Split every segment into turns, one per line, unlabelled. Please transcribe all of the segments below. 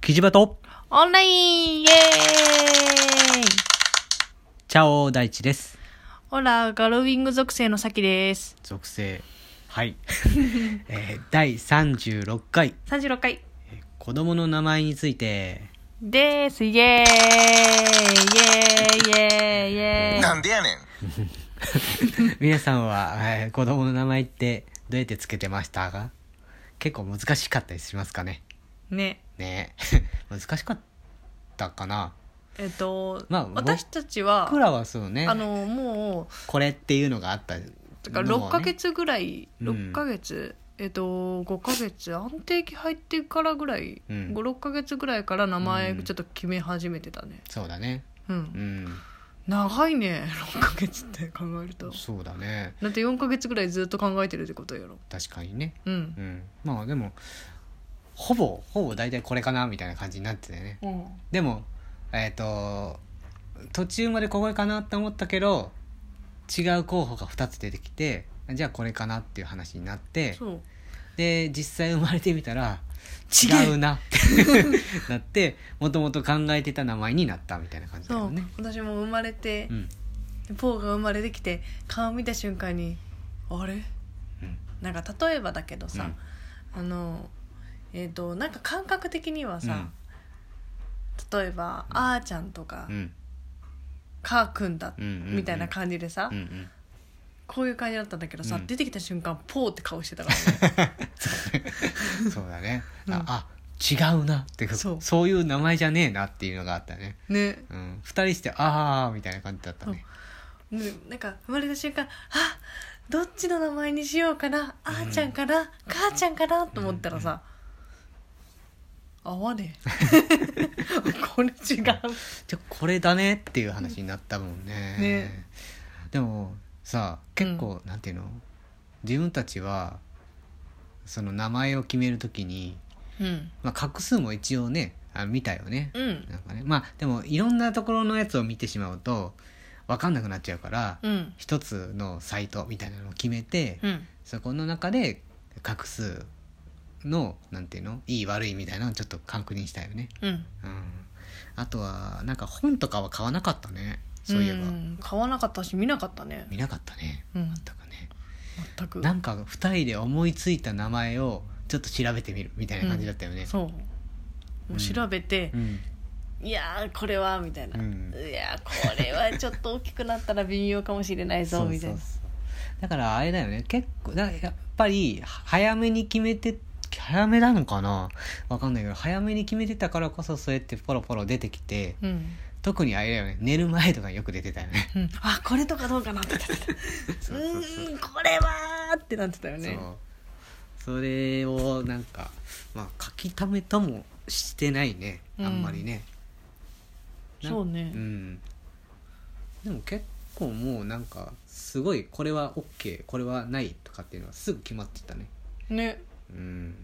キジバト、
オンラインイエーイ
チャオ大地です。
オラ、ガロウィング属性のサキです。
属性、はい。 えー、第36回、
36回
えー子供の名前について、
です。イエーイイエーイイエーイイエーイ
なんでやねん。
皆さんは、えー子供の名前ってどうやってつけてましたか結構難しかったりしますかね
ね、
ね え。難しかったかな
えっと、
まあ
私たちは
僕、らはそうね、
あの、も
これっていうのがあったのをね、
う、だから6ヶ月ぐらい、
うん
6ヶ月、えっと、5ヶ月、安定期入ってからぐらい、
う
5、
ん
6ヶ月ぐらいから名前
うん
ちょっと決め始めてたね。
そうだね。
うん。
うん。
長いね、6ヶ月って考えると。
そうだね。
だって4ヶ月ぐらいずっと考えてるってことやろ
確かにね。
うん
うん、まあでもほぼほぼ大体これかなみたいな感じになってたよねでもえっ、と途中までこれかなって思ったけど違う候補が2つ出てきてじゃあこれかなっていう話になって
そう
で実際生まれてみたら
違え
違うなって なってもともと考えてた名前になったみたいな感じだ
そ
よ
う、
ね
私も生まれて
う、ん
ポーが生まれてきて顔見た瞬間にあれ
うん
なんか例えばだけどさ、あのえっ、となんか感覚的にはさ、例えば、あーちゃんとか、
うん
かーくんだ、
うんうんうん
みたいな感じでさ、
うんうん
こういう感じだったんだけどさ、
うん
出てきた瞬間ポーって顔してたからね
そうだね、
うん
ああ違うなってか
そう
そういう名前じゃねえなっていうのがあったね
ね
うん、2人して「ああ」みたいな感じだったね
ねなんか生まれた瞬間あどっちの名前にしようかなあーちゃんかな、母ちゃんかなと思ったらさ、合わねえ これ違う
じゃあこれだねっていう話になったもんね
ね
でもさ結構、なんていうの自分たちはその名前を決めるときに、
うん
まあ、画数も一応ねあ見たよね、
うん
なんかねまあでもいろんなところのやつを見てしまうと分かんなくなっちゃうから、
うん
一つのサイトみたいなのを決めて、
うん
そこの中で画数のなんていうのいい悪いみたいなのをちょっと確認したよね
うん
うんあとはなんか本とかは買わなかったねそういえば、
ん買わなかったし見なかったね
見なかったね
うん
とかね
全く
なんか2人で思いついた名前をちょっと調べてみるみたいな感じだったよね、
そうもう調べて
う、ん
いやーこれはみたいな、
うん
いやーこれはちょっと大きくなったら微妙かもし れないぞみたいな
だからあれだよね結構だやっぱり早めに決めて早めなのかなわかんないけど早めに決めてたからこそそうやってポロポロ出てきて
うん
特にあれだよね寝る前とかによく出てたよね
うん、あこれとかどうかなってたう
そうそうそ
ーんこれはーってなってたよね
そうそれをなんかまあ書き溜めともしてないねあんまりね、
そう
な
ね
うん、でも結構もうなんかすごいこれは OK これはないとかっていうのはすぐ決まってたね
ね
うん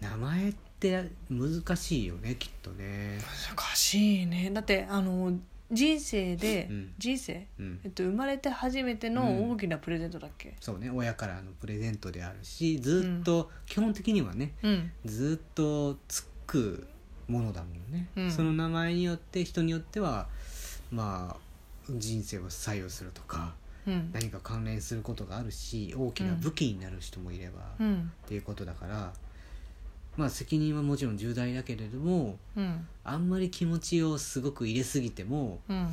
名前って難しいよねきっとね
難しいねだってあの人生で、
うん
人生、
うん
えっと、生まれて初めての大きなプレゼントだっけ
そうね親からのプレゼントであるしずっと、基本的にはね
うん
ずっとつくものだもんね、
うん
その名前によって人によってはまあ人生を左右するとか
うん
何か関連することがあるし大きな武器になる人もいれば、
う
っ
ん
ていうことだからまあ責任はもちろん重大だけれども
うん
あんまり気持ちをすごく入れすぎても
うん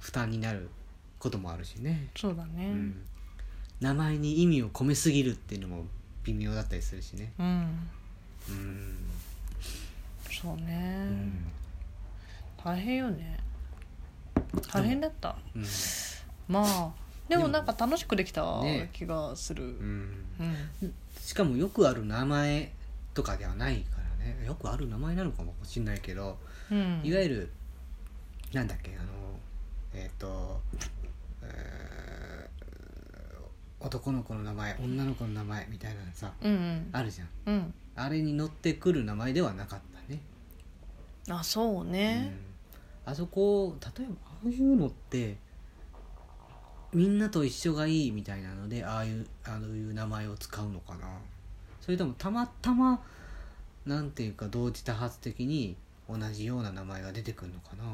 負担になることもあるしね、
そうだね
うん名前に意味を込めすぎるっていうのも微妙だったりするしね。
うん、
うん
そうね、
うん
大変よね大変だった
うん
まあでもなんか楽しくできた
ね
気がする、
うん
うん
しかもよくある名前とかではないからねよくある名前なのかもしれないけど、
うん、
いわゆるなんだっけあのえっ、と、えー男の子の名前女の子の名前みたいなのさ
うんうん
あるじゃん
うん
あれに乗ってくる名前ではなかったね、
あそうね
うんあそこ例えばああいうのってみんなと一緒がいいみたいなのでああいうあのいう名前を使うのかなそれともたまたまなんていうか同時多発的に同じような名前が出てくるのかな、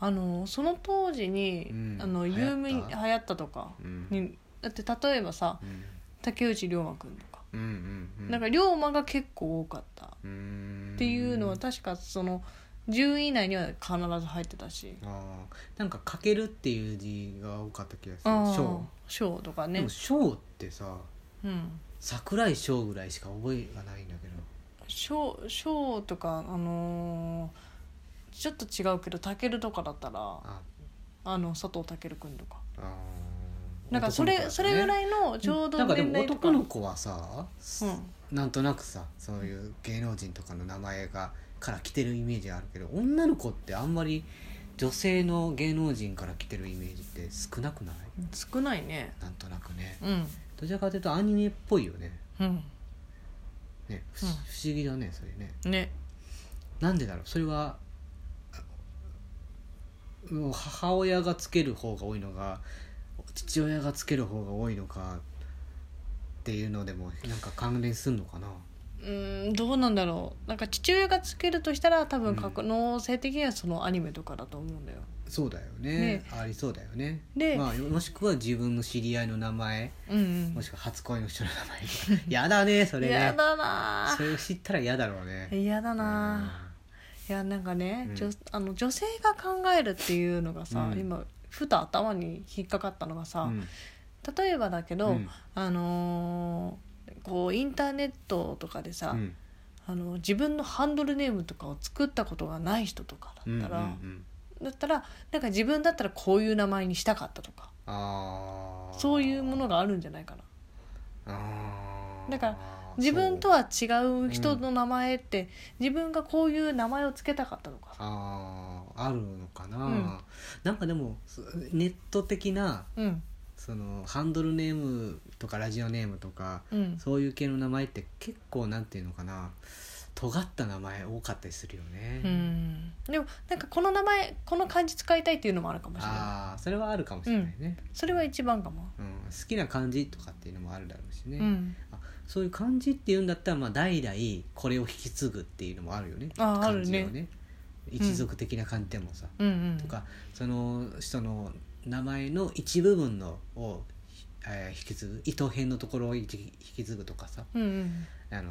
あのその当時に、
うん
あの
流行った
有名に流行ったとか
うん
に、だって例えばさ
うん、
竹内涼真君とか、
うんうんうん
なんか龍馬が結構多かった
うーん
っていうのは確かその10位以内には必ず入ってたし
あーなんか「かける」っていう字が多かった気がする
ああ
翔
賞とか
で
ね
も翔ってさ
うん
桜井翔ぐらいしか覚えがないんだけど
賞賞とかあのーちょっと違うけどたけるとかだったら
あ
あの佐藤健くんとか
あー
なんかそれ,、
男の子だったね
それぐらいのちょうど
なんかで
年
も
代とか
男の子はさ、
うん
なんとなくさそういう芸能人とかの名前がから来てるイメージあるけど女の子ってあんまり女性の芸能人から来てるイメージって少なくない
少ないね
なんとなくね
うん
どちらかというとアニメっぽいよね
うん
ね不,、
うん
不思議だねそれね
ね
なんでだろうそれはあもう母親がつける方が多いのか父親がつける方が多いのかっていうのでもなんか関連すんのかな
うんどうなんだろうなんか父親がつけるとしたら多分格納性的にはそのアニメとかだと思うんだよ
そうだよね
ね
ありそうだよね
で
まあ、もしくは自分の知り合いの名前
うんうん
もしくは初恋の人の名前 やだねそれ
嫌
ね
だな
それを知ったら嫌だろうね
嫌だな、いやなんかね、
うん
女あの女性が考えるっていうのがさ、
うん
今ふと頭に引っかかったのがさ、
うんうん
例えばだけど、
うん
あのーこうインターネットとかでさ、
うん
あの自分のハンドルネームとかを作ったことがない人とか
う
だ
ん
ったら、
うん
だったらなんか自分だったらこういう名前にしたかったとか
あー
そういうものがあるんじゃないかな
あー
だから自分とは違う人の名前って、自分がこういう名前をつけたかったとかさ、
あーあるのかな、
うん
なんかでもそネット的な
うん
そのハンドルネームとかラジオネームとか、
うん、
そういう系の名前って結構なんていうのかな尖った名前多かったりするよね、
うんでもなんかこの名前この漢字使いたいっていうのもあるかもしれない
ああそれはあるかもしれないね、
それは一番かも、
うん好きな漢字とかっていうのもあるだろうしね、
うん
そういう漢字っていうんだったら、まあ、代々これを引き継ぐっていうのもあるよね
あーあるね
漢字をね一族的な漢字でもさ、
うんうん
とかその人の名前の一部分のを、えー引き継ぐ糸編のところを引き引き継ぐとかさ、
うんうん
あのー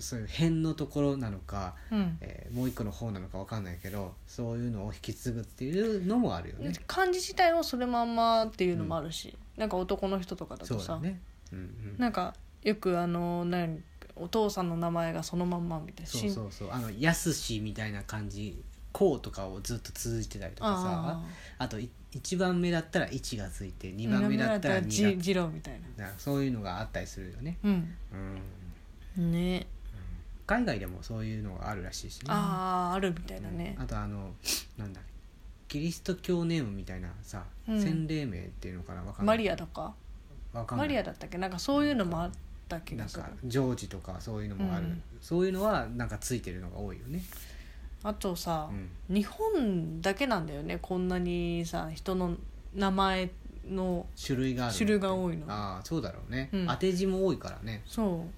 そういう編のところなのか、
うん
えーもう一個の方なのかわかんないけどそういうのを引き継ぐっていうのもあるよね。
漢字自体をそれまんまっていうのもあるし、なんか男の人とかだ
そ
と
うだ
さ、
ね、うんうん、
なんかよくあのなんお父さんの名前がそのまんまみたいな
そうそうそうあの「やすし」みたいな感じ「こう」とかをずっと続いてたりとかさ
ああ
あと1番目だったら「1」がついて2
二番
番
目
目
だ
だ
っ
ったた
ら
ら「
じ
2」
次郎みたいな
がなんかそういうのがあったりするよね。
うん
うん
ね
海外でもそういうのがあるらしいしね
あああるみたいなね
うんあとあのなんだキリスト教ネームみたいなさ、
うん
洗礼名っていうのかなわかんな
マ
い
リアとか
わかんな
マ
い
リアだったっけなんかそういうのもあった気
な
が
ん
する
かジョージとかそういうのもある、
うん
そういうのはなんかついてるのが多いよね、
あとさ
う、ん、
日本だけなんだよねこんなにさ人の名前の
種類がある
種類が多いの
ああそうだろうね、
うん
当て字も多いからね
そう、
うん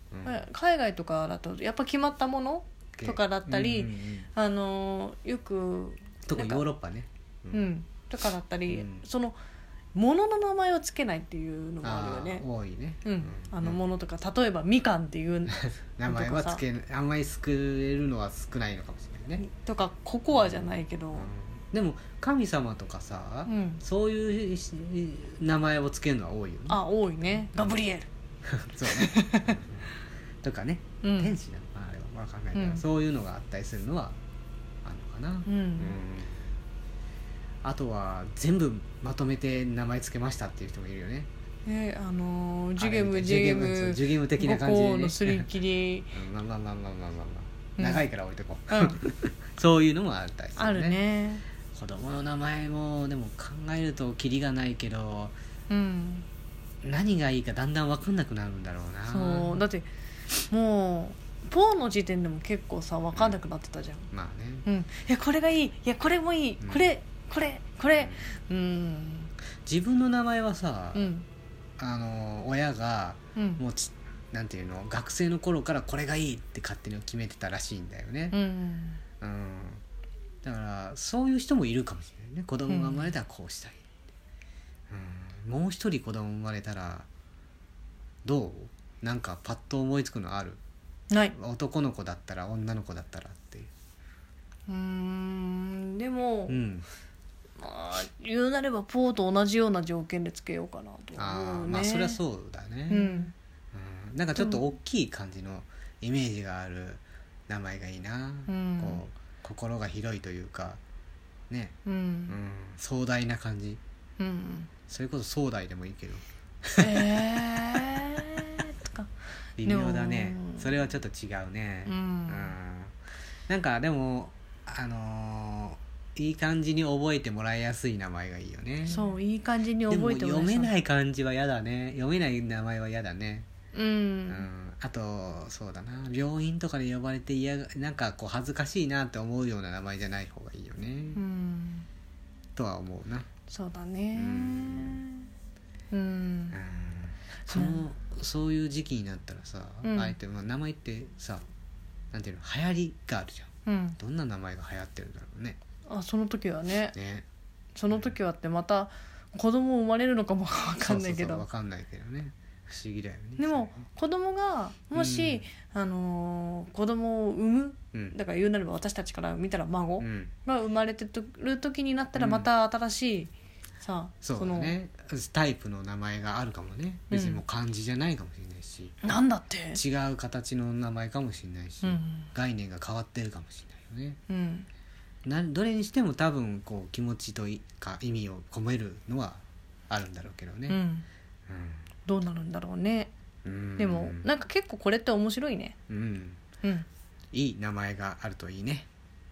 海外とかだとやっぱ決まったものとかだったり、
うんうんうん
あのーよく
特に
なん
ヨ
か
ーロッパね
うんとかだったり、
うん
そのものの名前をつけないっていうのもあるよね
ー多いね、
うん、あのものとか例えばみかんっていう
名前はつけあんまり救えるのは少ないのかもしれないね、
とかココアじゃないけど
うん、でも神様とかさ、
うん
そういうし名前をつけるのは多いよね。
あ多いねガブリエル、
そうね。 うんとかね、
うん
天使なのかなあれはわかんないけど、
うん
そういうのがあったりするのはあるのかな。
うん
うんあとは全部まとめて名前つけましたっていう人もいるよね。
ねあのージュゲ
あ
ム
れ
ジュゲム
ジュゲム的な感じで、
五
ね。
個のすり 切り、
うんまあまあまあまあまあまあま
う
あ
ん
長いから置いとこう、
うん、
そういうのもあったりす
あ
るね
るね
子供の名前もでも考えるとキリがないけど
うん
何がいいかだんだん分かんなくなるんだろうな
そうだってもうポーの時点でも結構さ分かんなくなってたじゃん、
まあね、
うんいやこれがいいいやこれもいい、
うん
これこれこれうん
自分の名前はさ、
うん
あの親が
うん
もうちなんていうの学生の頃からこれがいいって勝手に決めてたらしいんだよね
うん
うん、だからそういう人もいるかもしれないね子供が生まれたらこうしたい、うんもう一人子供生まれたらどうなんかパッと思いつくのある
ない
男の子だったら女の子だったらっていう
うーんでも、
うん
まあ言うなればポーと同じような条件でつけようかなと
あ
思
あ
うね
まあそりゃそうだね、
ううん
うんなんかちょっと大きい感じのイメージがある名前がいいな、
うん
こう心が広いというかね、
う
うんん、壮大な感じ
うんうん
それこそ壮大でもいいけど
えーとか
微妙だね
うん
それはちょっと違うね
うん
なんかでもあのーいい感じに覚えてもらいやすい名前がいいよね
そういい感じに覚えて
でも読め
い
ない感じは嫌だね読めない名前は嫌だね
う
うんんあとそうだな病院とかで呼ばれて嫌がなんかこう恥ずかしいなって思うような名前じゃない方がいいよね、
うん
とは思うな
そうだね
うん
うん
そのそういう時期になったらさ、
うん
あえて、まあ、名前ってさなんていうの流行りがあるじゃん
うん
どんな名前が流行ってるんだろうね
あその時はね
ね
その時はってまた子供生まれるのかもわかんな
そうそ
いけ
うそうわ
ど
かんないけどね不思議だよね
でも子供がもし、あのー子供を産む
それね
だから言うなれば私たちから見たら孫
うん、うん、
が生まれてとる時になったらまた新しい、さ
そうだねタイプの名前があるかもね別にもう漢字じゃないかもしれないし、
そのなんだって
違う形の名前かもしれないし、
うん
概念が変わってるかもしれないよね
うん
などれにしても多分こう気持ちといか意味を込めるのはあるんだろうけど
う
ね、
んどうなるんだろうね
うん
でもなんか結構これって面白いね
うん
うん
いい名前があるといいね